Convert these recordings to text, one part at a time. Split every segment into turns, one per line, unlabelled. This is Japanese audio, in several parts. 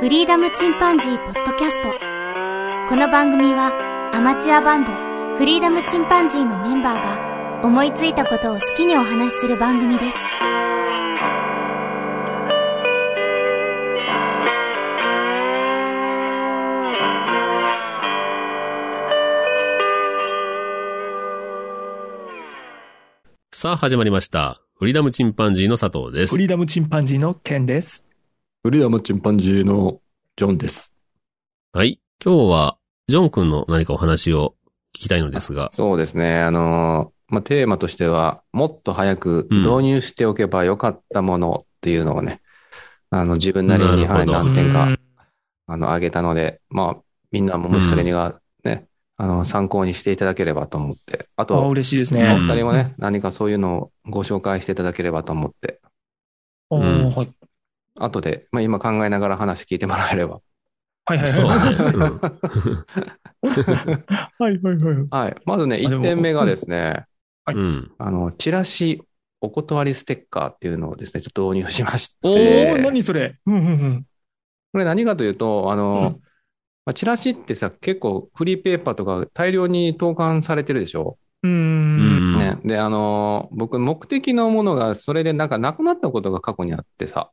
フリーダムチンパンジーポッドキャストこの番組はアマチュアバンドフリーダムチンパンジーのメンバーが思いついたことを好きにお話しする番組です
さあ、始まりました。フリーダムチンパンジーの佐藤です
フ。リーダムチンパンジーのケンです。
フリーダムチンパンジーのジョンです。
はい。今日は、ジョン君の何かお話を聞きたいのですが、
そうですね。あのーまあ、テーマとしては、もっと早く導入しておけばよかったものっていうのをね、あの、自分なりに、
なるほ
はい、
ど
何点
う
か
ん、
あの、挙げたので、まあ、みんなももしそれにが、ね、あの、参考にしていただければと思って、あ
あ、
と、
嬉しいです
お
ね。
うん
二人もね、何かそういうのをご紹介していただければと思って、
お
うん
ーはい
後で、まあ、今考えながら話聞いてもらえれば。
はいはい
そう
はい。
ね。うん
はいはいはい。
はい。まずね、
あでも
1点目がですね、
はい
うん。
あの、チラシお断りステッカーっていうのをですね、ちょっと導入しまし
お
おー、
て、
何それ。うんうんうん。
これ何かというと、あの、
う
まあ、チラシってさ、結構フリーペーパーとか大量に投函されてるでしょ、
うー。
うんん。
ね。で、あの、僕、目的のものがそれでなんかなくなったことが過去にあってさ、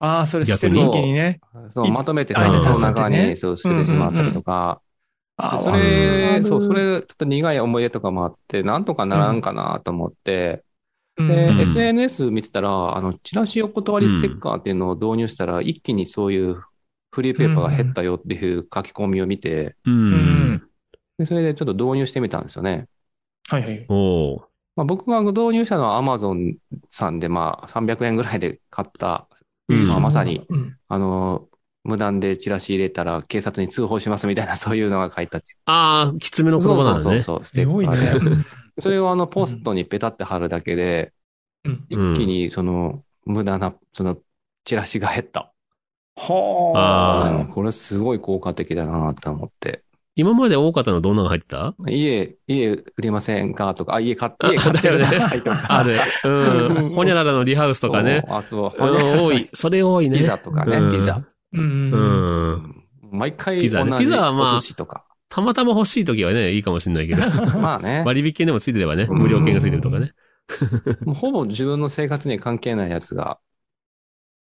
ああ、それ捨
逆
てる
に
一気にね。
そう
い
まとめて
あ
さ、
入れ
そ
た
の中
さってね
にそう捨ててしまったりとか、
あー
そ
わか
れ、
る
そう、それ、ちょっと苦い思い出とかもあって、なんとかならんかなと思って、
うん
で、
うん
SNS 見てたら、あの、チラシお断りステッカーっていうのを導入したら、一気にそういうフリーペーパーが減ったよっていう書き込みを見て、
う。
うんん。
でそれでちょっと導入してみたんですよね。
はいはい。
おー
まあ、僕が導入したのは Amazon さんで、まあ、300円ぐらいで買った、
うん
まあ、まさに、
うん。
あの、無断でチラシ入れたら警察に通報しますみたいな、 そういうのが書いたチ。
ああ、きつめの言葉なんだね。
そうそうそう、ステ
すご
ッ
い
カ
ね
ーで。。
うん
それをあの、ポストにペタって貼るだけで、
うん
一
うん
気にその、無駄な、その、チラシが減った。
は
あ
うんこれすごい効果的だなと思って。
今まで多かったのどんなのが入ってた
家、家売れませんかとか、あ、家買っ
あ
て、家買ってくだ さいとか。
ある。うん。ほにゃららのリハウスとかね。
そう。あと、
うん多い。それ多い
ピ
ね。
ザとかね、
うん
ピザ。
あ。うん
う
うん。
ん。
毎回
ピザね
同じ
ピザはまあ
お寿司 とか。
たまたま欲しい時はね、いいかもしれないけど。
まあね、
割引券でもついてればね、無料券がついてるとかね。
もうほぼ自分の生活には関係ないやつが。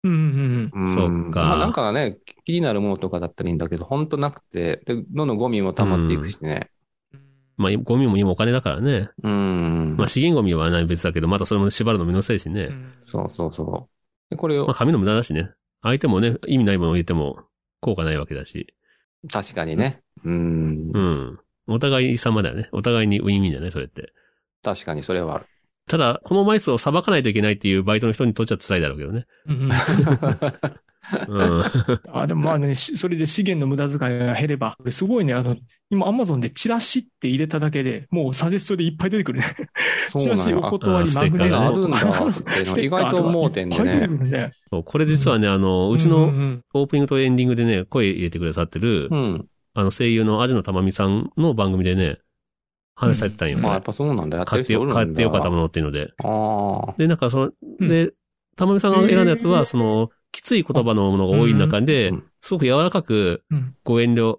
うんうん
うん
そうか
まあなんかね、気になるものとかだったらいいんだけど、ほんとなくて、でどんどんゴミも溜まっていくしね。
まあ、ゴミも今お金だからね。
うん。
まあ、資源ゴミはね別だけど、またそれも縛るのめんどくさいし
う
ね。
ん。
そうそうそう。でこれ
まあ、
を、
紙の無駄だしね。相手もね、意味ないものを入れても効果ないわけだし。
確かにね。うん
う。ん。お互い様だよね。お互いにウィンウィンだね、それって。
確かにそ れはある。
ただ、この枚数を裁かないといけないっていうバイトの人にとっちゃ辛いだろうけどね。
うんうん。
うん。
あでもまあね、しそれで資源の無駄遣いが減れば、これすごいね、あの、今、アマゾンでチラシって入れただけでもうサジェストでいっぱい出てくるね。
そう
チ
な
ラ
ん
シお
よあ
断り
あ
マグネ
あ
あ
る
ッ
ん
ト
だ
とか。
っていうの
ス
は
テ
意
ッカー
外
とか
と盲点で
いっぱい出て
ね。
くるね。
そうこれ実はね、あの、うち
ん
の
んん
オープニングとエンディングでね、声入れてくださってる、
うん。
あの声優のアジノタマミさんの番組でね、話されてたんよ、
うん
まあやっ
ね。
ぱそうなんだ。やって
買
る
って
人お
よ、
るんだ。
買ってよかったものっていうので。
ああ。
で、なんかその、で、たまみさんが選んだやつは、その、きつい言葉のものが多い中で
うん、
すごく柔らかく
うん、
ご遠慮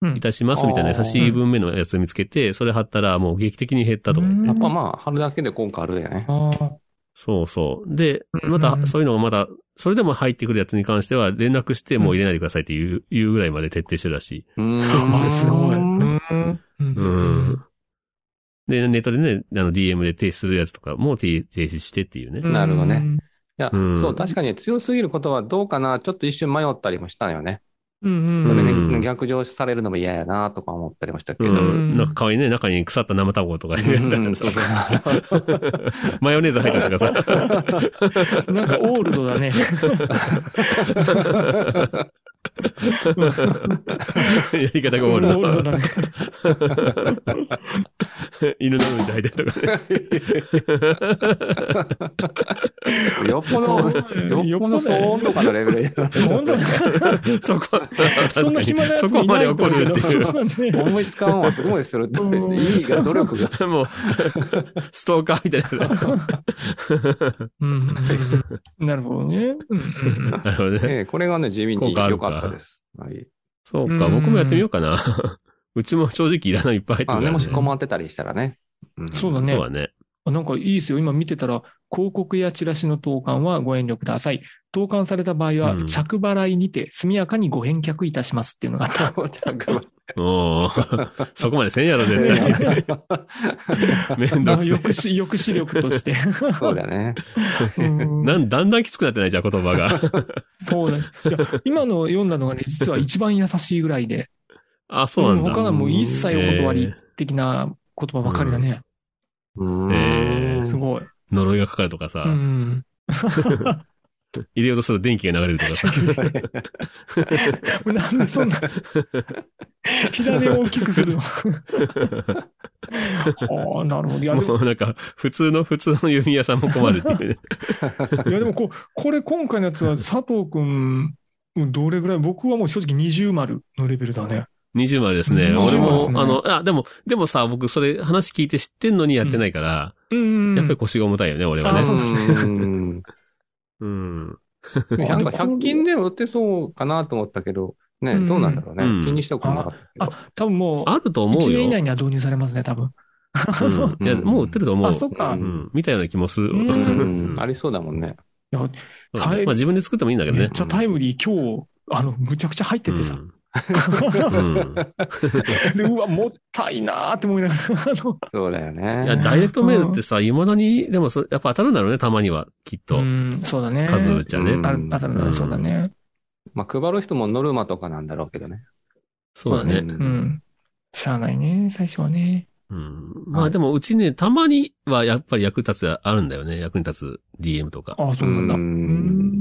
うん
いたしますみたいな
うん
優しい文面のやつを見つけて、それ貼ったらもう劇的に減ったとか言って。
やっぱまあ、貼るだけで効果あるよね。
あー
そうそう。で、
うん
また、そういうのがまだ、それでも入ってくるやつに関しては、連絡してもう入れないでくださいっていう、いうぐらいまで徹底してるらしい。
うーん。
あ、すごい。うん
うん。で、ネットでね、あの、DM で停止するやつとかも停停止してっていうね。
なるほどね。いや、
うん
そう、確かに強すぎることはどうかな、ちょっと一瞬迷ったりもしたのよね。
うん
そうれで
ん。
うん
逆上されるのも嫌やなとか思ったりもしたけ
う
ど。
ん。なんか可愛いね、中に腐った生卵とか入れた
う
ら
ん
さ
そうそう
マヨネーズ入ってるとかさ。
なんかオールドだね。
やり方が
オ
オー
ールド
ル
だね。
ド。犬のうんち入ってるとかね。
よっぽど、よっぽど騒音とかのレベルや。
本当だ
そこは、
そ
確
ん
か
な暇な
に、
やつ
そ
も
こ
い
ま
な
で
いと
怒
思
るっていう。
うけど。
思いつかんわ、すごいするってですね。いいが努力が。
もう、ストーカーみたいなやつだ。
うんうんうんなるほどね。うんうんうん
なるほどね。
ええこれがね、地味に良かったったです。はい。
そうか、僕もやってみようかな。うちも正直いらないいっぱい入って
まあ
くるか
ね、
ら
も
ね
し困ってたりしたらね。ん
そうだね
そう。だね。
あなんかいいですよ。今見てたら、広告やチラシの投函はご遠慮ください。投函された場合
う
は
ん、
着払いにて速やかにご返却いたしますっていうのがあった。
おーそこまでせんやろ、絶対。めんど
あの
くせ
抑止、抑止力として。
そうだね。
え。
うん
なん、だんだんきつくなってないじゃん、言葉が。
そうだね。いや、今の読んだのがね、実は一番優しいぐらいで、
あ、そうなん
う
だ。
ん他のはもう一切お断
えー
り的な言葉ばかりだね。
うーん
えー
すごい。
呪いがかかるとかさ、
うん。
入れようとすると電気が流れるとかさ。
なんでそんな、火種を大きくするのああ、なるほど。 いや、でも
もうなんか、普通の、普通の弓矢さんも困るって いうね。
いやでもこう、これ今回のやつは佐藤くん、どれぐらい、僕はもう正直二重丸のレベルだね。
20丸ですね。
20
俺も、
ですね
あの、あ、でも、でもさ、僕それ話聞いて知ってんのにやってないから、
うん。
やっぱり腰が重たいよね、俺は
あ
ね
そ。う
うん
うん。
なんか100均でも売ってそうかなと思ったけど、ね、
うん
どうなんだろうね。
うん
気にしたことなかったけ
あ、多分もう、
あると思う
1
よ。
年以内には導入されますね、多分。
うん。いや、もう売ってると思う。
あ、そっか
う。ん。みたいな気もする。
うん
ど。
う
うんありそうだもんね。
そうだねまあ自分で作ってもいいんだけど
めっ
ね。
ちゃタイムリー、今日、あの、むちゃくちゃ入っててさ。
うんうん
で、うわ、もったいなーって思いながら、あの、
そうだよ
いや、
ね。
ダイレクトメールってさ、未だに、でもそ、やっぱ当たるんだろうね、たまには、きっと
う。ん、そうだね。
数打ちゃね。
うん
ある、あたるな、そうだね。
まあ、配る人もノルマとかなんだろうけどね。
そうだね。
ん
うん。しゃあないね、最初はね。
うん。まあでも、うちね、たまにはやっぱり役立つやあるんだよね。役に立つ DM とか。
あそうなんだ。
う
うん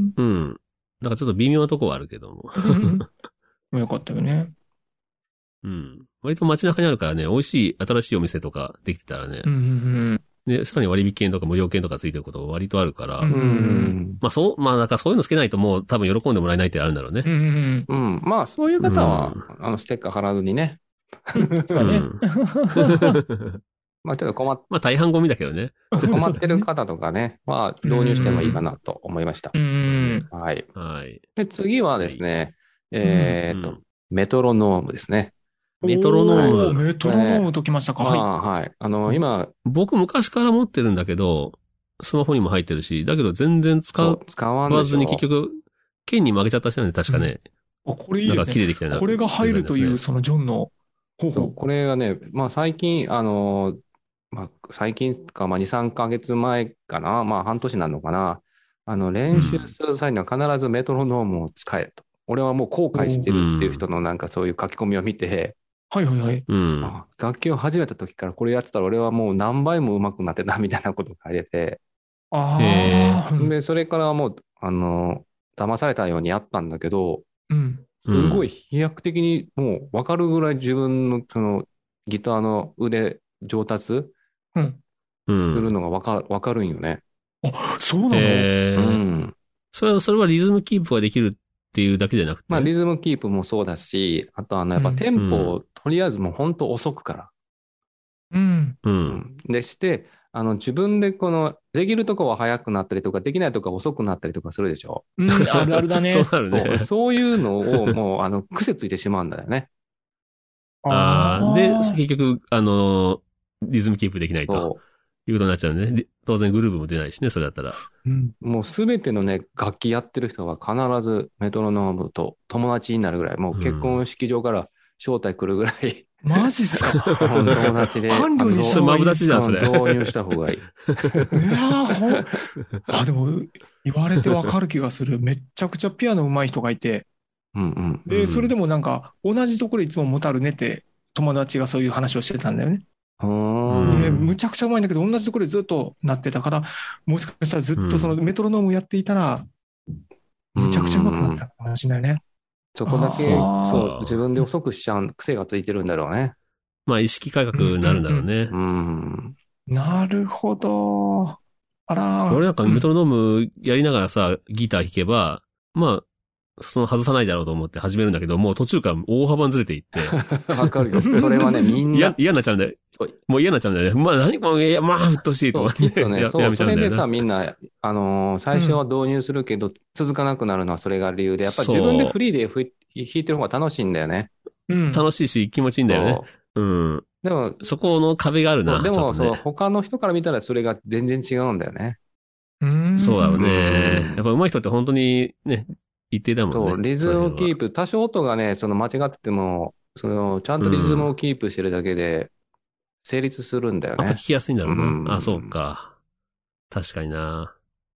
ん。
うん。だからちょっと微妙なとこはあるけども。
うん よかったよね。
うん。割と街中にあるからね、美味しい新しいお店とかできてたらね
う、んうん
で、さらに割引券とか無料券とかついてること割とあるから、
うん
うん。
まあそう、まあだからそういうのつけないともう多分喜んでもらえないってあるんだろうね
うん。う。んうん
うん。まあ、そういう方は、あの、ステッカー貼らずにね。
うん。そうだね。
まあ、ちょっと困っ
まあ大半ゴミだけどね。
困ってる方とかね、は導入してもいいかなと思いました
う。ん。
はい。
はい。
で、次はですね、えーっ
う
と
ん、
メトロノームですね。
メトロノーム
おメトロノームときましたか。
ま
は
あ、はい。あの、今、
僕昔から持ってるんだけど、スマホにも入ってるし、だけど全然使
そう
う、
使わ
使
んで
わ
し
ず
ょ
に結局、剣に負けちゃった人なんで確かね、
い。あこれいい
なんか
です
切
ね。
れてきたような
これが入るとい
デ
う、
ザ
そのジョンの方
そう
法。
これがね、まあ最近、あの、まあ最近か、まあ2、3ヶ月前かな、まあ半年なのかな、あの、練習する際には必ずメトロノームを使えと。俺はもう後悔してるっていう人のなんかそういう書き込みを見て、
はいはいはい。
インだね
あ楽器を始めた時からこれやってたら俺はもう何倍も上手くなってたみたいなことを書いてて、
ああ。
で、それからもう、あの、騙されたようにやったんだけど、
うん。
うん。
すご
い。
い飛躍的にもう分かるぐらい自分のそのギターの腕上達
うん。
う
する
ん。
のが分か分かるんよね。
あ、そうなの
え
う
ー、
ん。
それは、それはリズムキープができるっていうだけじゃなくて。
まあリズムキープもそうだし、あとあのやっぱテンポをとりあえずもう本当遅くから。
うん。
う。
うんんでして、あの自分でこのできるとこは早くなったりとかできないとこは遅くなったりとかするでしょ。
うん。あるあるだね。
そうなる
も
ね。
うそういうのをもうあの癖ついてしまうんだよね。
ああ。で、
ー
結局、あのー、リズムキープできないと
そ
いうことになっちゃうね。で当然グルーブも出ないしね、それだったら。
うん
うもうすべてのね楽器やってる人は必ずメトロノームと友達になるぐらい、もう結婚式場から招待来るぐらい、
マジっす か。
友達で。
伴侶にした方
マ
がい
ブ
い
ダチじゃん、それ。
導入した方がいい。
いやーほん、あ、でも、言われてわかる気がする。めっちゃくちゃピアノ上手い人がいて、
うんうん。
う
で、
ん
それでもなんか、同じところいつももたるねって、友達がそういう話をしてたんだよね。
ほ
う
ー
で、
ん
むちゃくちゃ上手いんだけど、同じところでずっとなってたから、もしかしたらずっとその
う
メトロノームやっていたら、むちゃくちゃ上手くなってたかもしれないね。
そこだけ、
あー
そう、自分で遅くしちゃう癖がついてるんだろうね。
まあ意識改革になるんだろうね
う。ん。
なるほど。あらー
俺なんかメトロノームやりながらさ、ギター弾けば、まあ、その外さないだろうと思って始めるんだけど、もう途中から大幅にずれていっ て、
わかるよ。それ はね、みん
いや
な、、
嫌になっちゃうんだよ
そう。
もう嫌になっちゃうんだよね。まあ何も、いや、まあ、うっとうしいと
そう
思
き
っ。
ってと ね、
や
そ
や
う、
めちゃ
そ
うん
れ
だよ
で
な
さ、みんな、あのー最初は導入するけど、続かなくなるのはそれが理由で、やっぱり
そう
自分でフリーでふ弾弾いてる方が楽しいんだよね。
うん。
楽しいし、気持ちいいんだよね。うん。
そう。でも、
そこの壁があるな。
で
ちょ
も、
っと
そ
ね
の他の人から見たらそれが全然違うんだよね。
うん
そうだろう
う
ね
ん。
やっぱ上手い人って本当にね、一定だも
そ
ん
う、
ね。
リズムをキ
プ。
ープ。多少音がね、その間違ってても、その、ちゃんとリズムをキープしてるだけで、成立するんだよ
やっぱ
ね
聞。きやすいんだろう
うん
な。あ、そうか。確かにな。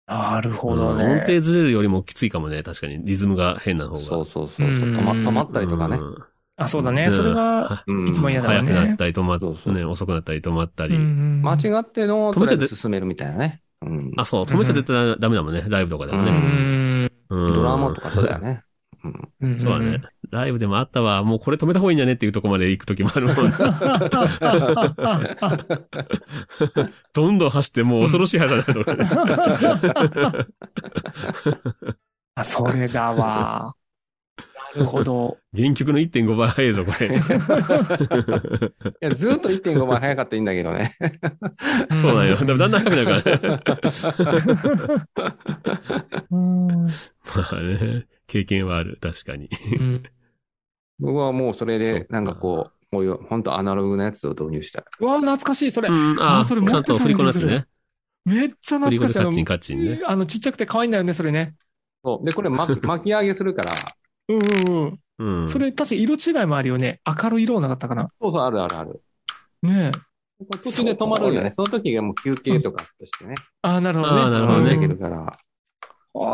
なる
う
ほ
ん
ど
音
ね。
程ずれるよりもきついかもね。確かに。リズムが変な方が。
そうそうそう。
うん
止ま止まったりとかね
う。ん
あ、そうだ
う
ね。
ん
それが、
うん
一番嫌だわ
早
ね
くなったり止ま
そうそう
ね、遅くなったり止まった
うんう
り。
ん
間違っての、
止
と
め
り
ち
あ
ゃ
えず進めるみたいなね。うん。
あ、そう。止めちゃ絶対ダメだもんね。ライブとかでも
う
ね。
ん
うん
ドラマとかそうだよ ね。うん。
うん。
そうだね。ライブでもあったわ。もうこれ止めた方がいいんじゃねっていうとこまで行くときもあるもん などんどん走ってもう恐ろしい速さになるとかね。
あ、それだわ。なるほど。
原曲の1.5倍速いぞ、これ。
いや、ずーっと1.5倍早かったらいいんだけど ね。
そうなんよ。でもだんだん速くなるからね。
うん。
まあね。経験はある。確かに。
うん
僕はもうそれ
そう
で
か、
なんかこう、こういう、本当アナログなやつを導入したい。
うわ、懐かしい、それ
う。ん、ああ、
そ
ち
れ持っ
ゃ
てた
んと振り子のやつね。
めっちゃ
振り子
懐か
でカ
しい。あ
ッ
の
チンカッチンね。
あの、ちっちゃくて可愛いんだよね、それね。
そう。で、これ巻き巻き上げするから、
うんうんうん。
うん。
それ、確か色違いもあるよね。明るい色なかったかな。
そうそう、あるあるある。
ねえ。
これ途中で止まるよね。その時がもう休憩とかとしてね。
ああ、なるほどね。
あーなる
止
ほど
ま
ね
でき
う
る
ん
か
あ
ら、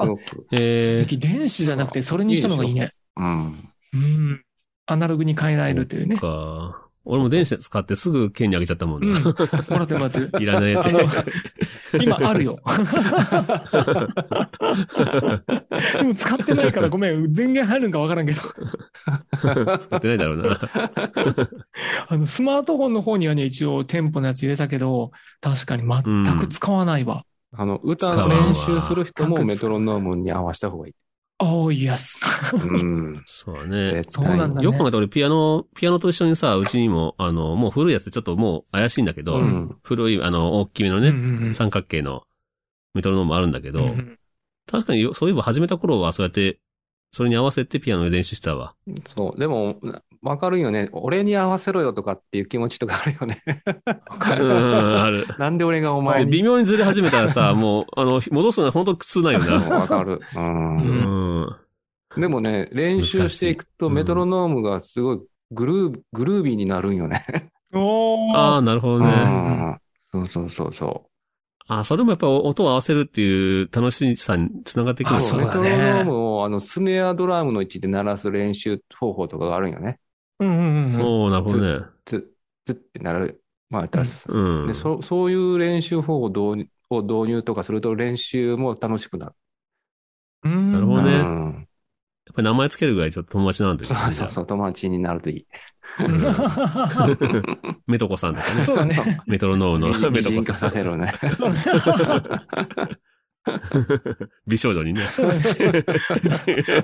ー
すご
素
く。
えー
敵。電子じゃなくて、それにしたのがいいね。
うん。
うん。アナログに変えられるというね。
か。俺も電子使ってすぐ剣にあげちゃったもん
うん。
な。
もらってもら って。
いらないや
あ
つ。
の、今あ るよ。でも使ってないからごめん。電源入るんかわからんけど。
使ってないだろうな。
あの、スマートフォンの方にはね、一応店舗のやつ入れたけど、確かに全く使わないわ。
あの、歌の練習する人もメトロノームに合わせた方がいい。
おー、イエス。
うん。
そうだね。
絶
そう
対に
なんだね。
よく考えたら俺ピアノ、ピアノと一緒にさ、うちにも、あの、もう古いやつでちょっともう怪しいんだけど、
うん
古い、あの、大きめの
うん
ね、
うんうん
三角形のメトロノームあるんだけど、
うんうん
確かによそういえば始めた頃はそうやって、それに合わせてピアノで練習したわ。
そう。でも、なわかるよね。俺に合わせろよとかっていう気持ちとかあるよね。
わ
う
か
ん
る。
うんうん、ある。
なんで俺がお
で
前に。
微妙にずれ始めたらさ、もう、あの、戻すのは本当苦痛ないよ
うん
な。
わかる。う。
うんん。
でもね、練習していくと
難しい
メトロノームがすごいグルー、グルービーになるんよね。
お
あ
ー
あ、なるほど
う
ね。
ん。そうそうそうそ
あ、それもやっぱ音を合わせるっていう楽しさにつながってくる
う。
も
あ
んね
そう
メ
だ
ト
ね
ロノームをあのスネアドラムの位置で鳴らす練習方法とかがあるんよね。
うんうんうん。
おーなるほどね。
つ、つって鳴る。まあ、た
うん。
でそそういう練習方法を導入を導入とかすると練習も楽しくなる。
うん
なるほど
う
ねや
ん、
っぱり名前つけるぐらいちょっと友達なんだよ
そ
ね。
うそうそう、友達になるといい。
メトコさんとかね。
そうだね。
メトロノームのメ
美
トコ
人化
さ
させ
ん。
るね。
美少女にね。
そうだね。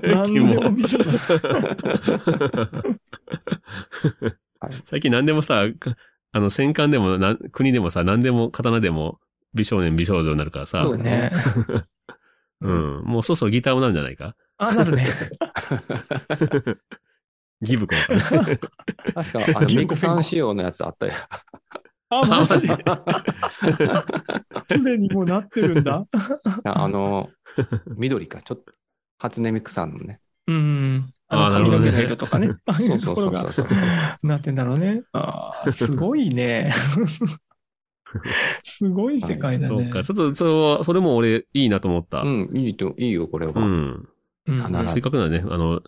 何でも美女だ。
最近何でもさ、あの、戦艦でもな、国でもさ、何でも刀でも美少年美少女になるからさ。
そう
そうね。
うん。もうそろそろギターもなるんじゃないか
あ、なるね。
ギブコンか ね
確か、あの、ミクさん仕様のやつあったよ。
あ、マ ジで。すでにもうなってるんだ。
あの、緑か、ちょっと、初音ミクさんのね。
うん。
あ
あの、
なる
髪
ほど
の
ね
毛の色とかね。ああい
そう
う
そ
と
う
こ
そ
ろ
う
が
そう。
なってんだろうね。ああ、すごいね。すごい世界だ
そう
ね。
か。ちょっと、それそれも俺、いいなと思った
う。ん、いいと、いいよ、これは。
うん。
うん
かな
せっかくなんでね、あの、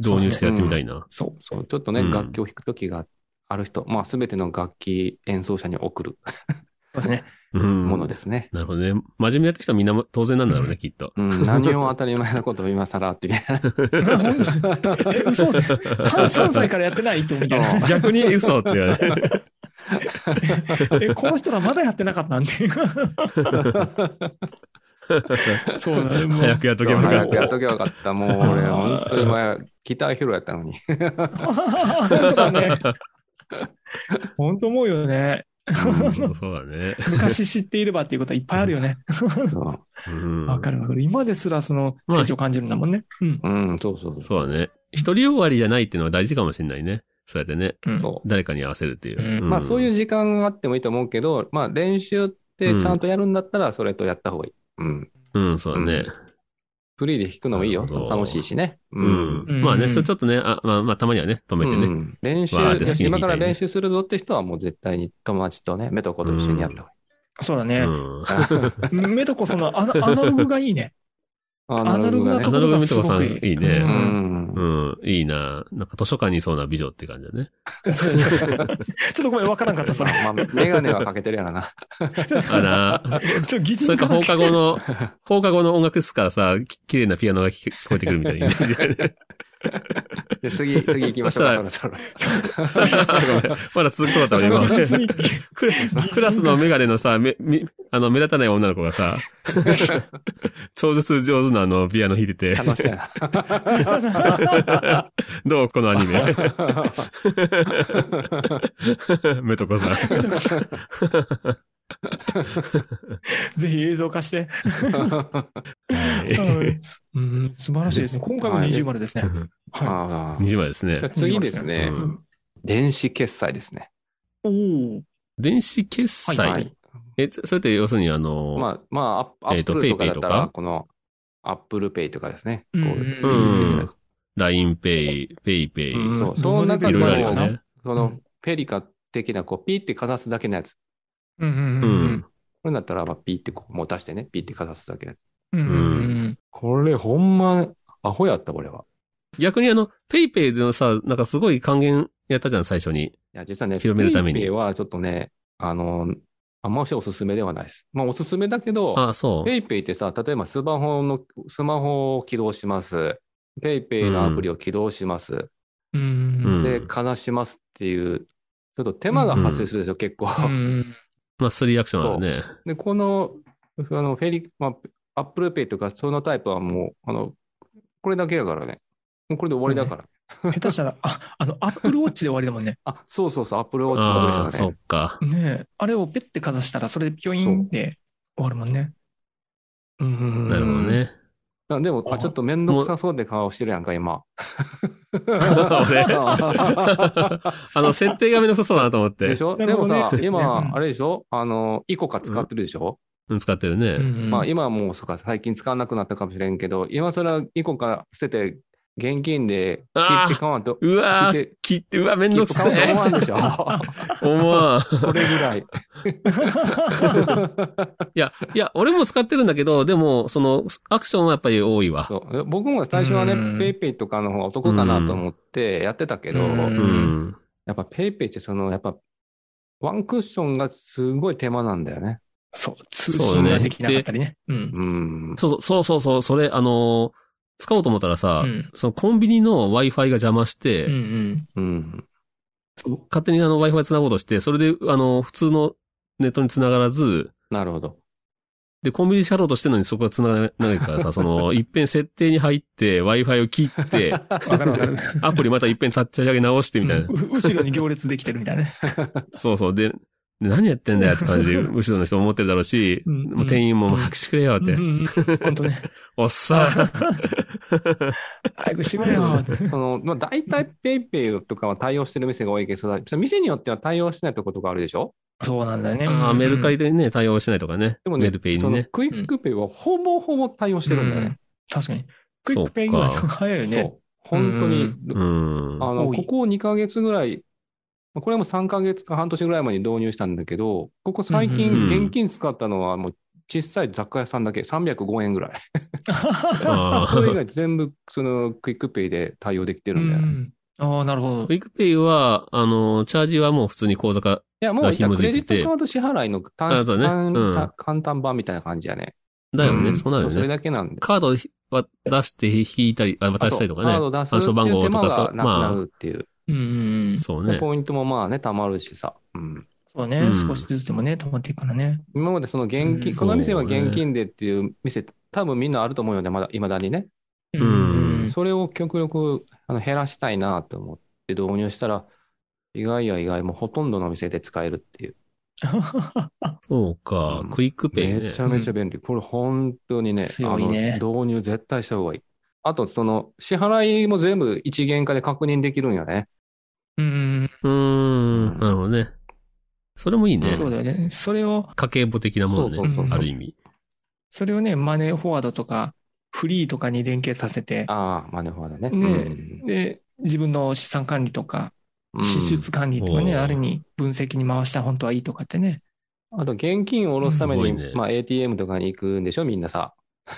導入してやってみたいな。
そう。
そう、ちょっとね、
うん
楽器を弾くときがある人、まあ、すべての楽器演奏者に送る
そうですね。
うん。
ものですね。
なるほどね。真面目にやってきた人はみんな当然なんだろうね、きっと。
うん、何を当たり前のことを今更っていう。
え、嘘で 3, 三歳からやってないってみたいな。
逆に嘘って言われる。
え、この人らまだやってなかったんで。そうだね。もう
早くやっとけばよか
早
っ
くやっとけばよかった。もう俺、本当に前、ギターヒロやったのに。
本当だ ね。本当思うよね。
た。うんそうだね。
昔知っていればっていうことはいっぱいあるよね。
そう
うん
わかるわかる。今ですらその成長を感じるんだもんね。うん。
うん、そうそうそう。
そうだね。一人終わりじゃないっていうのは大事かもしれないね。そうやってね、
うん
そう
誰かに合わせるっていう。
うん
まあそういうう時間があってもいいと思うけど、まあ練習ってちゃんとやるんだったらそれとやった方がいい。うん。
ん。うん、そうだね。
フリーで弾くのもいいよ
なるほ。ど
楽しいしね。
う。
うん
うん
まあ
う
ね、
ん
それちょっとね、あまあ、まあ、たまにはね、止めてね。
うん練習、
わーって好きに弾
今
いたりね
から練習するぞって人はもう絶対に友達とね、目と子と一緒にやった
そうだ
う
ね。
ん。
方 がいい。
メトコそのア ナアナログがいいね。アナログな
ね
ところがすごくいい。
アナログなところがすごくいいね
う
う
ん
ん。
う ん、いいななんか図書館にいそうな美女って感じだね。
そうそう ちょっとごめん、わからんかったさ。
まあ、メガネはかけてるやろな。
あらー、
ちょっと擬
そ
人
れか
化
放
だ
課
け
後の、放課後の音楽室からさ、き綺麗なピアノが聞聞こえてくるみたいなイメージだよね。
で、次、次行きましょうか、そろそろ。
ごめんまだ続くとこだったわ、
ちょっ
今。
と次
クラ クラスのメガネのさ、め、み、あの、目立たない女の子がさ、超絶上手なあの、ピアノ弾いてて、
楽しいな。
どうこのアニメ。 メトコさん。
ぜひ映像化して。
は
うん、素晴らしいですね。今回も
はい
二重丸ですね。は
あ
い。
ー
2時前ですね
じゃあ。次ですね、
う
い。
ん
電子決済ですね。
おお。
電子決済。
はい
え、そそれって要するにあの、
まあ、まあ、アップア
えー
ッ
と
プルとか
PayPay
だった
と
ら、
か
この、アップルペイとかですね。
うん
こ
うん
いいですね
LINEPay、PayPay、
うん
そうその中
い
で
ろいろあ
も
るよね。
その、ペリカ的な、こう、ピーってかざすだけのやつ。
うんうん
うん。
これだったら、まあ、ピーってこう、もう出してね、ピーってかざすだけのやつ。
うんうんうん
これ、ほんま、アホやった、これは。
逆にあの、PayPay でのさ、なんかすごい還元やったじゃん、最初に。
いや、実はね、
広めるために
ペイペイはちょっとね、あの、あんましおすすめではないです。まあ、おすすめだけど、
ああ、そう
ペ。イペイってさ、例えばスマホの、スマホを起動します。ペイペイのアプリを起動します。
うんう
う
ん
ん
で、かざしますっていう、ちょっと手間が発生するでしょ、結構。
うん
まあ、スリーアクションあるね。
で、この、あの、フェリ、まあ、アップルペイとか、そのタイプはもう、あの、これだけやからね。もうこれで終わりだから。
下手したら、あ、あの、アップルウォッチで終わりだもんね。
あ、そうそうそう、アップルウォッチも
ああ、
だ
そ
ね
っ。か。
ねえあれをペッてかざしたら、それでピョインで終わるもんね。うんうんうん
なるほど。ね。
あでも、あ、ちょっとめんどくさそうって顔してるやんか、今。
俺 あの、設定がめんどくさそうだなと思っ
で
て
し。ょ
なる
でも
ほどね
さ、
う
今、
ん
あれでしょあの、イコカ使ってるでしょ
うん使ってる
うん
ね。
うん
まあ、今はもう、そうか、最近使わなくなったかもしれんけど、今それはイコカ捨てて、現金で切って買わんと、
うわ
切
ー
って、
切って、うわ、めん
切
ど
っ
く
て
さ
買わんと
い
思。わんでしょ
思わん。
それぐらい。
いや、いや、俺も使ってるんだけど、でも、その、アクションはやっぱり多いわ。
そう僕も最初はね
うん、
ペイペイとかの方がお得かなと思ってやってたけど、
うん
うん。
やっぱペイペイってその、やっぱ、ワンクッションがすごい手間なんだよね。
そう、通信ができなかったりね。うん。
うん。
そうそうそうそう、それ、あのー使おうと思ったら
う
さ、
ん。
そのコンビニの Wi-Fi が邪魔し
う
て、
んうん。
うん。
勝手にあの Wi-Fi 繋ごうとして、それで、あの、普通のネットに繋がらず、
なるほど。
で、コンビニしゃろうとしてるのにそこが繋がらないからさ、その、一遍設定に入って、Wi-Fi を切って、
わかるわかる。
アプリまた一遍立ち上げ直してみたいな。
うんう後ろに行列できてるみたいなね。
そうそう。で、何やってんだよって感じで、後ろの人も思ってるだろうし、
うん
もう店員ももう拍手くれよっ
う
て
ん。うんうん本当ね。
おっさ
早く閉めろよ。
その、まあ、大体ペイペイとかは対応してる店が多いけど、その店によっては対応してないとことがあるでしょ
そうなんだよ
ん。
ね。
ああ、メルカリ
で。
でね、対応してないとかね。
でも
メ
ね、
ルペイ
そ
に
の
ね。
クイックペイはほぼほぼ対応してるんだよね。
確かに。クイ
そ
ッ
う
クペインは
か。
早いよ
そ
ね。
う。本当に、
うん。
あの、
多い
ここ2ヶ月ぐらい、まあこれも3ヶ月か半年ぐらい前に導入したんだけど、ここ最
うん
近現金使ったのはもう小さい雑貨屋さんだけ、305円ぐら い。
あ
それ以外全部、その、クイックペイで対応できて
う
るんだよね。い
ん。ああ、なるほど
ク。イックペイは、あの、チャージはもう普通に口座か、
や、もう、
紐
ク
づい
レジ
て
ッ
て
トカード支払いの
あ
単
そうね
単
うん
単簡単版みたいな感じやね。
だよ
う
ね。
ん
そうなるよ
それ
ね。
だけなんで。
カードは出して引いたり、あ渡したりとかね。
あそうカード出す
暗証番号とか
っていう手間がなく
そ
なるっていう。
うんうんうん。そ
そうね。
ポイントもまあね、貯まるしさ。うん
うね
うん。
少しずつでもね、止まっていくからね。
今までその現
うん
金、この店は
そうね
現金でっていう店、多分みんなあると思うよね、まだ、いまだにね。
うんん。
それを極力あの減らしたいなと思って導入したら、意外や意外、もうほとんどの店で使えるっていう。
そうか
う。ん
クイックペイ
め
ね
ち。ゃめちゃ便利。これ本当にね、
強いね
あの導入絶対した方がいい。あと、その、支払いも全部一元化で確認できるんよね。
うん、
うーん。なるほどね。それもいいね。
そうだよね。それを、
家計簿的なもの
そう
そうそう
ね
う。ん
ある意味。
それをね、マネーフォワードとか、フリーとかに連携させて、
ああ、マネフォワードね。
ねえ
うん
で、自分の資産管理とか、
うん
支出管理とかね、
おー
ある意味分析に回したら本当はいいとかってね。
あと、現金を下ろすため
すごい
に、
ね
まあ、ATM とかに行くんでしょ、みんなさ。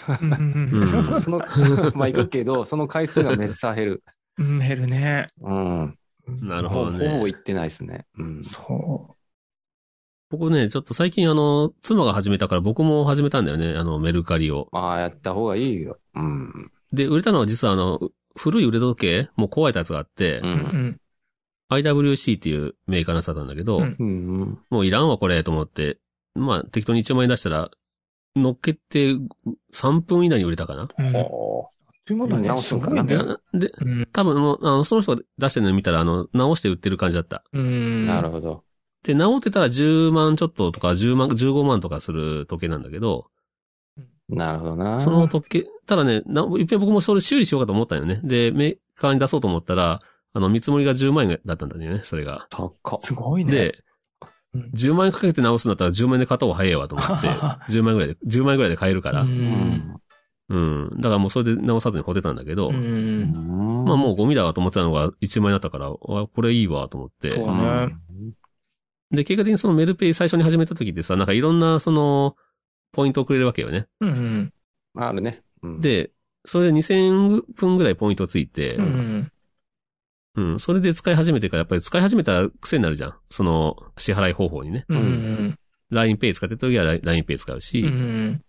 うん
その、 まあ、行くけど、その回数がめっさ減る。
うん、減るね。
うん。
なる
ほ
ほど
ぼ
ね。
行ってないですね。うん。
そ
僕ね、ちょっと最近あの、妻が始めたから僕も始めたんだよね。あの、メルカリを。
まあ、やった方がいいよ。うん。
で、売れたのは実はあの、古い腕時計、もう壊れたやつがあって、
う。
う。うんん。
IWC っていうメーカーのやつだったんだけど、
うん
うん。
もういらんわこれと思って、まあ適当に1万円出したら、乗っけて3分以内に売れたかな。
うん。と
お
いうものはね、
直
す
すんか
ごい
な
ね
で。で、
うん
多分もう、あの、その人が出してるの見たら、あの、直して売ってる感じだった。
うん。
なるほど。
で、直ってたら10万ちょっととか10万、15万とかする時計なんだけど、
なるほどな。
その時計、ただね、な、いっぺん僕もそれ修理しようかと思ったんよね。で、メーカーに出そうと思ったら、あの、見積もりが10万円だったんだよね、それが。
高っ。
すごいね。
で、
うん
10万円かけて直すんだったら10万円で買った方が早いわと思って、10万円ぐらい で、10万円ぐらいで買えるから
う、。
うんん。
うん。だからもうそれで直さずに放てたんだけど、
うん。
ま
ま
あもうゴミだわと思ってたのが1万円だったから、わこれいいわと思って。
そうね
で、結果的にそのメルペイ最初に始めた時ってさ、なんかいろんなその、ポイントをくれるわけよね。
うん。
あるね。うん、
で、それで2000分ぐらいポイントついて、
う、ん。
うん。それで使い始めてから、やっぱり使い始めたら癖になるじゃん。その、支払い方法にね。
うん。うん。
LINEPay 使ってた時は LINEPay 使う
う
し、
ん。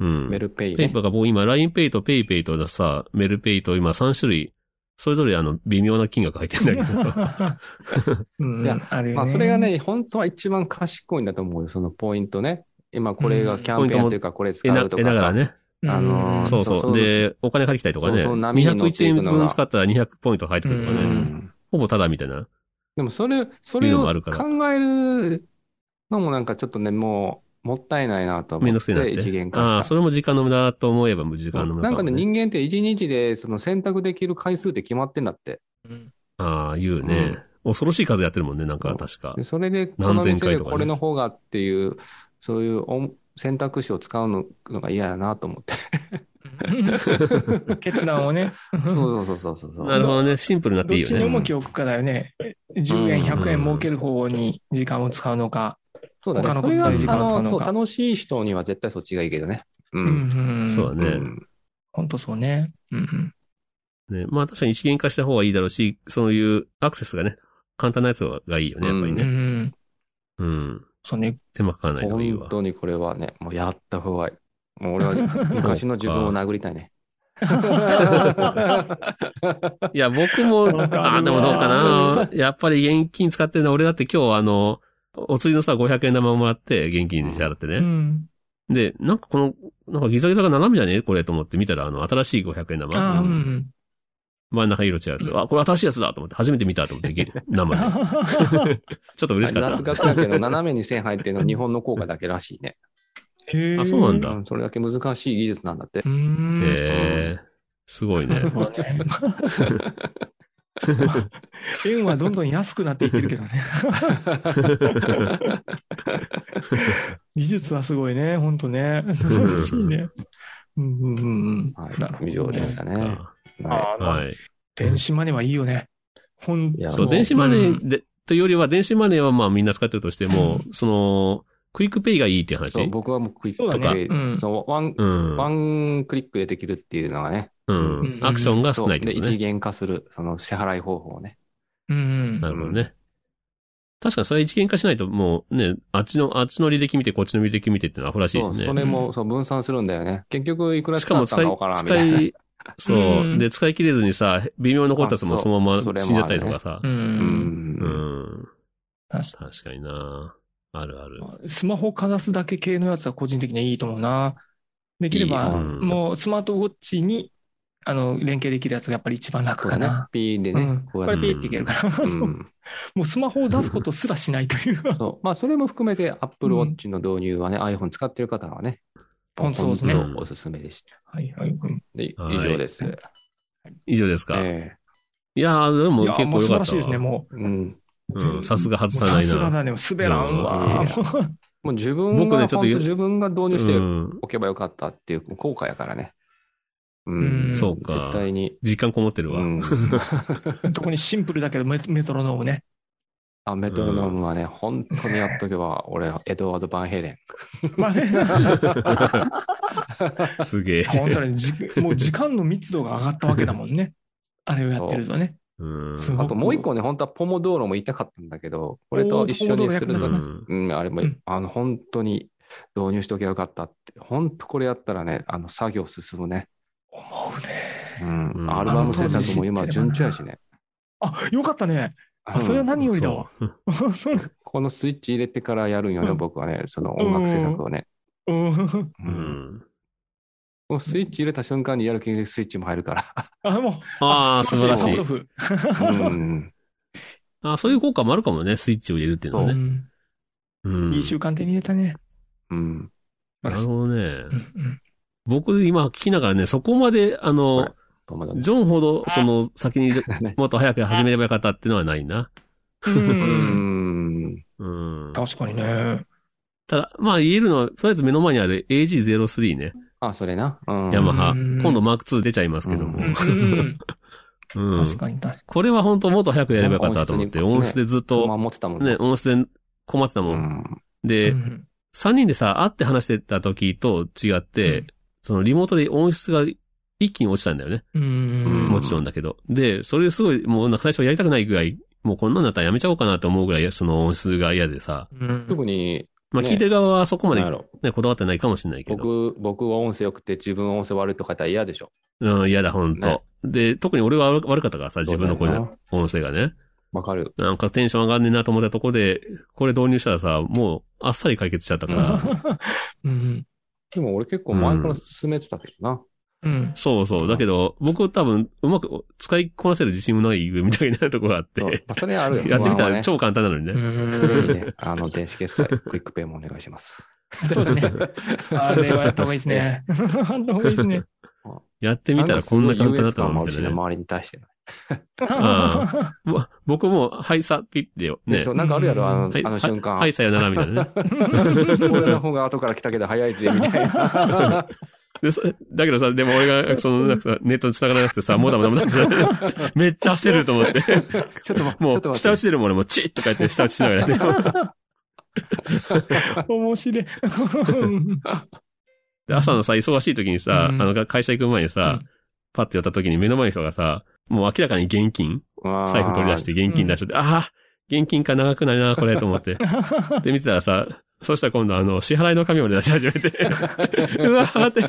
うん。
メルペイ
ペイ
ね。
パーがもう今 LINEPay と PayPay とさ、メルペイと今3種類、それぞれあの、微妙な金額入ってるんだけ ど。
うん。
いや
あるよ
まあ、それが、ね、本当は一番賢いんだと思うよ、そのポイントね。今、これがキャンペーンというか、これ使
えな、
うと
え
か
ながら
さ。
ね。
あのー
そう
そうそ
そうう。で、お金入ってきたりとかね。
そうそう波に乗って
201
い
円
くのが
分使ったら200ポイント入ってくるとか
う
ね。
ん
ほぼただみたいな。
でも、それ、それ
いうの
を
もあるから
考えるのもなんかちょっとね、もう、もったいないなと
めん
思
ど
っ、
くせえなってて。
一元化
ああ、
した
そ。れも時間の無駄だと思えば無時間の無駄
なん
も
かね、人間って一日でその選択できる回数って決まってんだって。
ああ、言うね。恐ろしい数やってるもんね、なんか確か
で。それで、この
何千
店
回
で
とかね
これの方がっていう、そういうお選択肢を使うのが嫌やな と思って。
うん決断をね。
そうそうそうそうそう。
なるほどね。シンプルになって
ど
い
っ
い
ち
よ
に
ね。
重きを置くかだよね。10円、100円儲ける方に時間を使うのか。
そうだね。
他のこ
そ
と
れ
に
が、あ
時間を使うの
の、
か
そう、楽しい人には絶対そっちがいいけどね。う。
うんん。
そうだ
う
ね
ん。
本当そうね。うん。
ね。まあ確かに一元化した方がいいだろうし、そういうアクセスがね、簡単なやつがいいよね、やっぱり
う
ね。
ん。
うん。
そうね。
手間かからないのがいい
本
わ。
当にこれはね、もうやった方がいい。もう 俺は昔の自分を殴りたいね。
いや、僕も、
わかるわ
あーでもどうかな。やっぱり現金使ってるのは俺だって今日あの、お釣りのさ、500円玉もらって、現金に支払って
う
ね。
ん。
で、なんかこの、なんかギザギザが斜めじゃねえこれと思って見たら、あの、新しい500円
ああ、
玉。
うん。
真ん中色違うやつ。あ、これ新しいやつだと思って、初めて見たと思って、 現生 で。ちょっと嬉しかっ
雑
た。
学だけど、斜めに線入ってるのは日本の効果だけらしいね。
へー
あそうなんだ
うんそれだけ難しい技術なんだって
う。ん。
えー、すごい
な
ね
る。ほどね。円はどんどん安くなっていってるけ どね。技術はすごいね、本当ね。素晴らしいね。うんうんうん
は
なるほ
い。
どね
以上でしたね。
うん。あ
は
あ、
はい。
電子マネーはいいよね。ほん
いや
そう、
もう
電子マネ
うん
ーで、というよりは、電子マネーはまあみんな使ってるとしても、その、クイックペイがいいっていう
い。そう
話
僕はもうクイッ
そう
ク
だ
と
ね
か
うん、
そのワン、
うん。
ワンクリックでできるっていうのがね。
う
うん
ん。アクションが
そ
少
う
ないって
で、
ことね。
一元化する、その支払い方法をね。
うんうん
なるほどね。確かにそれ一元化しないともうね、あっちの、あっちの履歴見て、こっちの履歴見てってのはアホらしいで
そう、
す
そ
ね。
れも、そう、分散するんだよね。結局、いくら
しかも
使
使い
ったのかわから、んみ
使
たいな。
い、 そうう。
ん
で、使い切れずにさ、微妙に残ったやつも
あそう
そのま
それ
ま
も
死んじゃったりとかさ
う。。
うん。
うんん。
確か
確かになあるある。
にスマホかざすだけ系のやつは個人的にはいいと思うな。できれ
いい
ば、
よ
うん
もうスマートウォッチに、あの、連携できるやつがやっぱり一番楽
こ
か
うね
な。。
ピーで
う
ね
ん、
こ
こ
う
れ
やって
ピーっていけるから。
う
も
ん。
うスマホを出すことすら しないという。
そう。まあ、それも含めて、Apple Watch の導入はね、iPhone 使ってる方はね、
本当そうですね
本当おすすめでした。
はいはい。うん
で以
はい
上です。
以上ですか。
え
いやー、でも
いや
結構
もう
良かった
素晴
わ。
らしいですね、も
えうん。
う。
うんさすが外さ
もう
ないな。
さすがだね、滑らんわ。
もう自分が、
僕ねちょっと
本当自分が導入して
うん。
おけばよかったっていう後悔やからね。う
うん
ん。
そうか
絶対に。
実感こもってるわ。
うん
特にシンプルだけど、メメトロノームね。
あメトロノームはね、本当にやっとけば、俺、エドワード・バンヘイレン。
まあね、
す げえ。
本当にじ、もう時間の密度が上がったわけだもんね。あれをやってるとね。
うん。
すごい
あともう一個ね、本当はポモドーロも言いたかったんだけど、これと一緒にする
う
おーポモ
の
ドーロ役立ちま
に、
す
ん
うん、あれも、
うん
あの、本当に導入しときゃよかったって、本当これやったらね、あの、作業進むね。
思うね。
うん。
うん
アルバム制作も今、順調やしね。
あ、よかったね。
う
あ、
ん
それは何よりだわ。
このスイッチ入れてからやるんよね、
うん
僕はね、その音楽制作をね。
うん。
そう。うん。
このスイッチ入れた瞬間にやる気にスイッチも入るから。
あ、もう、
ああ、素晴らし
そう
い
そう。そう
うん。
あーそういう効果もあるかもね、スイッチを入れるっていうの
う
はね。
ん
うん
いい習慣手に入れたね。
うん。
なるほどね。
うん
僕、今聞きながらね、そこまで、あの、
はい友達
ジョンほど、その、先に
ね、
もっと早く始めればよかったっていうのはないな。
う。
うんん。
うん。
確かにね。
ただ、まあ言えるのは、とりあえず目の前にある AG03 ね、
あ、それな。うん。
ヤマハ。
うん
今度マーク2出ちゃいますけども。
うん
うん。
確かに確か
これは本当もっと早くやればよかったと思って、
音
音
質
質
に
でずっ
まあ
と、
持ってたもん
ね、音質で困ってた
う
もん。
ん。
で
にう、ん。
3人でさ、会って話してた時と違っ
う
て
ん、
そのリモートで音質が一気に落ちたんだよね。
うん。
もちろんだけど。で、それすごい、もうなんか最初やりたくないぐらい、もうこんなんだったらやめちゃおうかなと思うぐらい、その音質が嫌でさ。
うん
特に、
まあ
ね
聞いてる側はそこまで
なんやろ
ね、こだわってないかもしれないけど。
僕、僕は音声良くて自分は音声悪いとか言ったら嫌でしょ。
うん、嫌だ、ほん
ね
と。で、特に俺は悪悪かったからさ、自分の声
そうだ
の音声がね。
わかる。
なんかテンション上がんねえなと思ったとこで、これ導入したらさ、もうあっさり解決しちゃったから。
うん。
でも俺結構前から進めてたけどな。
うん。
そうそう。だけど、僕多分、うまく使いこなせる自信もないみたいなとこがあっ
そう
て。
まあ、それあるよ。
やってみた
まあまあ
ら
ね
超簡単なのにね。
それにね、あの、電子決済、 クイックペイもお願いします。
そうですね。あれはやった方がいいですね。やった方がいいですね。
やってみたらこんな簡単だった
の
の
もあ
み
るした
い
ね、
なね。
周りに対してね。
あわ僕も、はいさ、ピッてよ。ね
そ。うなんかあるやろ、あの
はい、
あの瞬間。
はい、さよなら、みたいな ね。
俺の方が後から来たけど早いぜ、みた いな。
でそだけどさ、でも俺が、その、なん かさ、ネットに繋がらなくてさ、もだもだもだってさ、めっちゃ焦ると思 って。
ちょっと待って、ちょ
も
っと
う、
待
下打
って。
ち出るもん俺もう、チッとか言って下打ちしながらやってる
面白い。
で朝のさ、忙しい時にさ、
うん
あの、会社行く前にさ、
うん
パッてやった時に目の前の人がさ、もう明らかに現金財布取り出して現金出しちゃって、ああー、現金か長くなるな、これ、と思 って。で、見てたらさ、そしたら今度あの、支払いの紙まで出し始めて、うわーって、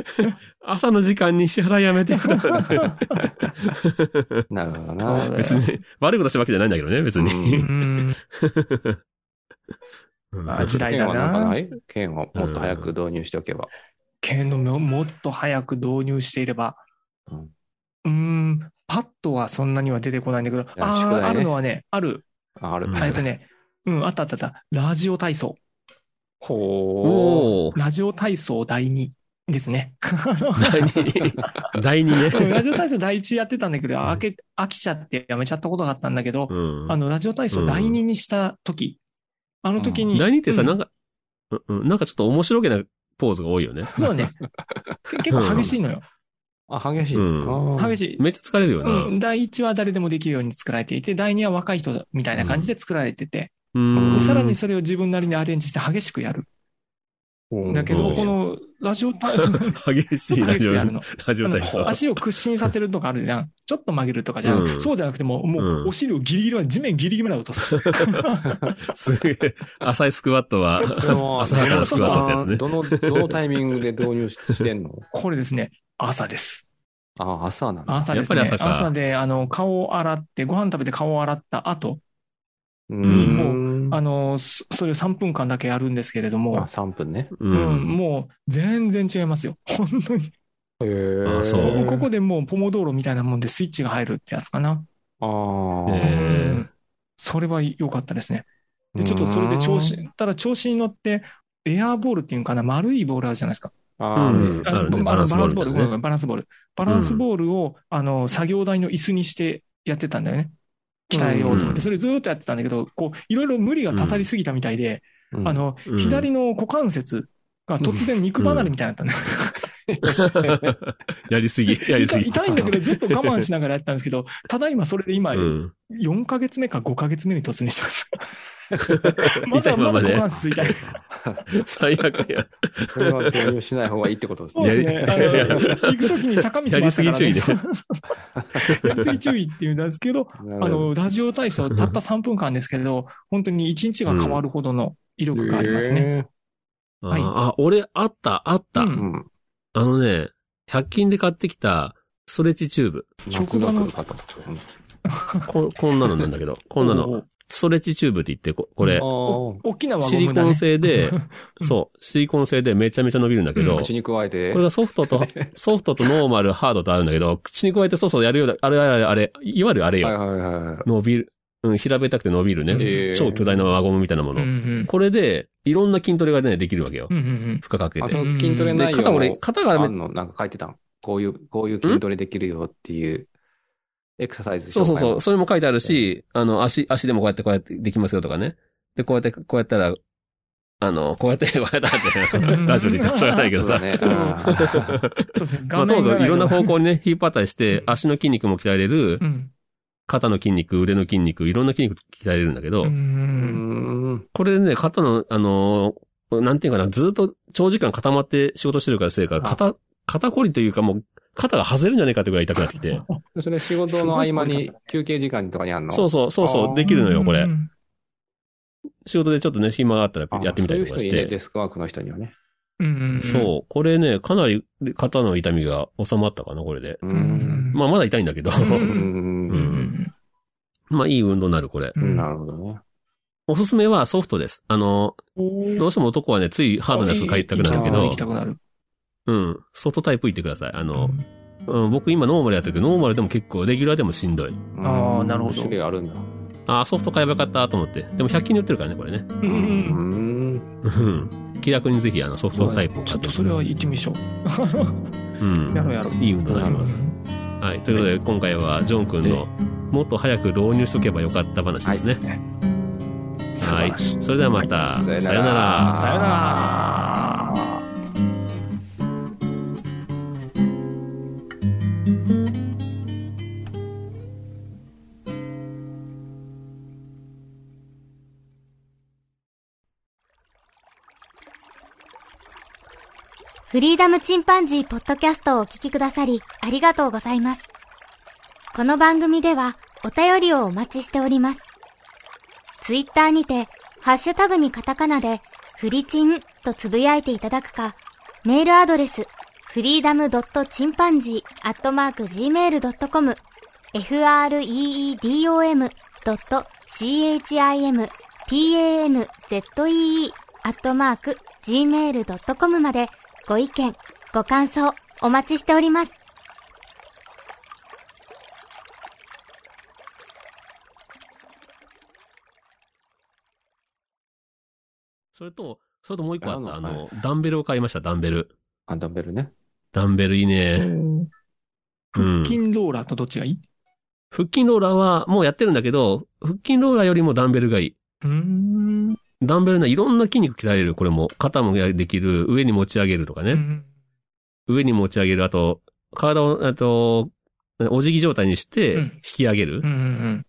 朝の時間に支払いやめて、と思って
なるほ
そう
ど
だ
な
よ。
別に、悪いことしたわけじゃないんだけどね、別に。
まあ時代
剣
だ
はなんかな
ない
剣をもっと早く導入しておけば。
剣のももっと早く導入していれば
う
う
ん。
ーん。パッとはそんなには出てこないんだけど、
や宿題
あ
ね
あ、あるのはね、ある。
あある
うん。
えっとね、うん、あったあったあった。ラジオ体操。
ほ
おー。
ラジオ体操第2ですね。
第二 第二ね。
うんラジオ体操第1やってたんだけど、飽け飽きちゃってやめちゃったことがあったんだけど、
うん
あの、ラジオ体操第2にした時、あの時に。
第二ってさ、
うん
なんか、うんうん、なんかちょっと面白げなポーズが多いよね。
そうね。結構激しいのよ。
う。あ、激しい。
うん
あー
激しい。
めっちゃ疲れるよ
う
な。
ん、第1は誰でもできるように作られていて、第2は若い人みたいな感じで作られてて、
うん。
でさらにそれを自分なりにアレンジして激しくやる。
うん
だけ
う
ど、
ん
このラジオ体操、
激しいラ
激し
ジオ、
くやる
ラ
の。
ジオ体操。
足を屈伸させるとかあるじゃん。ちょっと曲げるとかじゃん。
うん
そうじゃなくてもう、もう
うん
お尻をギリギリまで、地面ギリギリまで落とす。
すげえ、浅いスクワットは、
そ れも
浅はかなスクワットってやつね
どの、どのタイミングで導入し してんの
これですね、朝です。
あ、朝なんだ。
朝ですね。
やっぱり朝か
で、あの、顔を洗って、ご飯食べて顔を洗った後、
う
に
ん。
あの、そそれを3分間だけやるんですけれど
あ、
も、
3分ね。
う
うん
ん。
もう全然違いますよ。 本当に。
へー
あそう
もうここでもうポモ道路みたいなもんでスイッチが入るってやつかな。
ああ。
へー
うんそれは良かったですね。で、ちょっとそれで調子、ただ調子に乗って、エアーボールっていうのかな、丸いボールあるじゃないですか。
あー
うん
うん
あるね
バランス
バ
ボ
ラン
ール
スボール
ご
ね
めんごめんバランスボール。バランスボールを、あの、作業台の椅子にしてやってたんだよね。鍛えようと思っ
うん
て、それずーっとやってたんだけど、こう、いろいろ無理がたたりすぎたみたいで、
うん
あの、
うん
左の股関節が突然肉離れみたいになったんだよ。
やりすぎ、やりす
痛い
ぎ。
痛いんだけど、ずっと我慢しながらやってたんです けど、ただ今それで今、
うん。
4ヶ月目か5ヶ月目に突入してます。 ま
痛
だ
いまま
まだ股
で。
関 節痛い。
最悪や。
これは購入しない方がいいってことです
そう
ね。
ですね。あの、
やり
行くときに坂道もあったから、ね、
やりすぎ注意ね
やりすぎ注意っていうんですけど、
なる
あ
ほど
の、ラジオ体操 たった3分間ですけれど、本当に1日が変わるほどの威力がありますね。
へ
あ
はい
ーあ、俺、あった、あった。
うん
ーうん。
あのね、100均で買ってきた、ストレッチチューブ。
職場の
夏が来るかとうん
こん、こんなのなんだけど、こんなの。
お
ストレッチチューブって言って、ここれ、
あ
大きな輪ゴ
シリ
ムだ
コン
ね。
製で、
うん
そう、シリコン製でめちゃめちゃ伸びるんだけど、
うん
あ。口に加えて。
これがソフトと、ソフトとノーマル、ハードとあるんだけど、口に加えてそうそうやるようだ、あれあれあれ、いわゆるあれよ。
はいはいはいはい。
伸びる。うん、平べったくて伸びるね。
えー
超巨大な輪ゴムみたいなも
うんう
の。
ん。
これで、いろんな筋トレがね、できるわけよ
う。んうん
負荷かけ
あ、
て
そ。の筋トレ内
で、
容
肩俺、肩が
あ
め、
んのなんか書いてたんこういう、こういう筋トレできるよっていう、エクササイズ
そうそうそう、
そ
それも書いてあるし、あの、足、足でもこうやってこうやってできますよとかね。で、こうやって、こうやったら、あの、こうやって、こ うやったらって、ラジオで言ったらしょうがないけど
うだ
さ。
ね。あ
そうですね。
まあ、
画
と
面
もか
が
くいろんな方
向。
向にね、引っ張ったりして
う、ん
足の筋肉も鍛えれる
う、ん。
肩の筋肉、腕の筋肉、いろんな筋肉鍛えれるんだけど、
うんう
ーうんん。
これでね、肩の、あのーなんていうかな、ずっと長時間固まって仕事してるからせいか、肩、肩こりというかもう、肩が外れるんじゃないかってぐらい痛くなってきて。
それ仕事の合間に休憩時間とかにあんの
そうそう、そう
あ
そう、
ー
できるのよ、こ
う
れ
んう。ん
仕事でちょっとね、暇があったら
あ
やってみたりと
そ
か
ういう
し
人いいね
て。
デスクワークの人にはね。
うんうん。
そう、これね、かなり肩の痛みが収まったかな、これで。
う
う。
んん。
まあ、まだ痛いんだけど。
ん
う。
うん
ん
まあ、いい運動になる、これ。
う
な
な
るほどね。
おすすめはソフトです。あの、どうしても男はね、ついハードなやつ買いたくなるけ
行
ど
き、たくなる。
うん、ソフトタイプ行ってください。あ
う
の、
ん
うん、僕今ノーマルやってるけど、ノーマルでも結構、レギュラーでもしんどい。
あーなるほど
種類あるんだ。
ああ、ソフト買えばよかったと思って。でも100均に売ってるからね、これね。
う
うんん。
うん気楽にぜひ、あの、ソフトタイプを
ち
買
ょ
っ
ってと
みてく
それ
ださ。
はい行ってみましょう。
うん。
やろうやろう。
いい運動になります。
は
はい。ということで、今回は、ジョン君の、もっと早く導入しとけばよかった話ですね。
い。素晴らしい。
それではまた、
はい
さよなら。
さよなら。
フリーダムチンパンジーポッドキャストをお聞きくださり、ありがとうございます。この番組では、お便りをお待ちしております。ツイッターにて、ハッシュタグにカタカナで、フリチンとつぶやいていただくか、メールアドレス、フリーダムドットチンパンジーアットマーク Gmail.com、freedom ドット chimpanzee アットマーク Gmail.com まで、ご意見、ご感想、お待ちしております。
それと、それともう一個あった、あ
あの
の、ダンベルを買いました、ダンベル。
あ、ダンベルね。
ダンベルいいね。うん
腹筋ローラーとどっちがいい
腹筋ローラーは、もうやってるんだけど、腹筋ローラーよりもダンベルがいい。
うん。
ダンベルないろんな筋肉鍛えれる、これも。肩もできる、上に持ち上げるとかね。上に持ち上げる、あと、体を、あと、お辞儀状態にして、
うん
引き上げる
う。ん。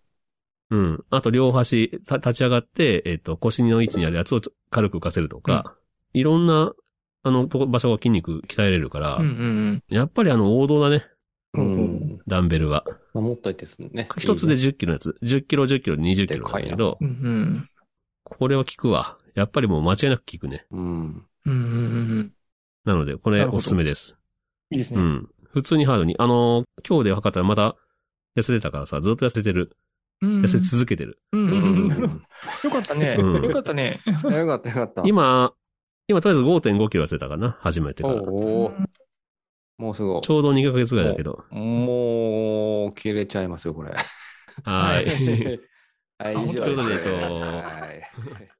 うん。あと、両端、た立ち上がって、えっ、と、腰の位置にあるやつをちょ軽く浮かせるとか、いろんな、あの、とこ場所が筋肉鍛えれるから、
うん。
やっぱりあの、王道だね、
う
う
ん
ん。
ダンベルは。
まあもっといてですね。
一つで10キロのやつ。10キロ、10キロ、20キロなんだけ
でかい
ど、
うん。
これは効くわ。やっぱりもう間違いなく効くね。
うん。
うん。
なので、これおすすめです。
いいです
う
ね。
ん。普通にハードに。あのー、今日で測ったらまた痩せてたからさ、ずっと痩せてる。痩せ続けてる。
う。
うん
よ
ん。
かったね。
うん
よかったね。
よかったよかった。
今、今とりあえず5.5キロ痩せたかな初めてから。
おーもうすぐ
ち、ょうど2ヶ月ぐらいだけど。
もう、切れちゃいますよ、これ。
はい。
はい、
あ
以上
本当だねえっと
はい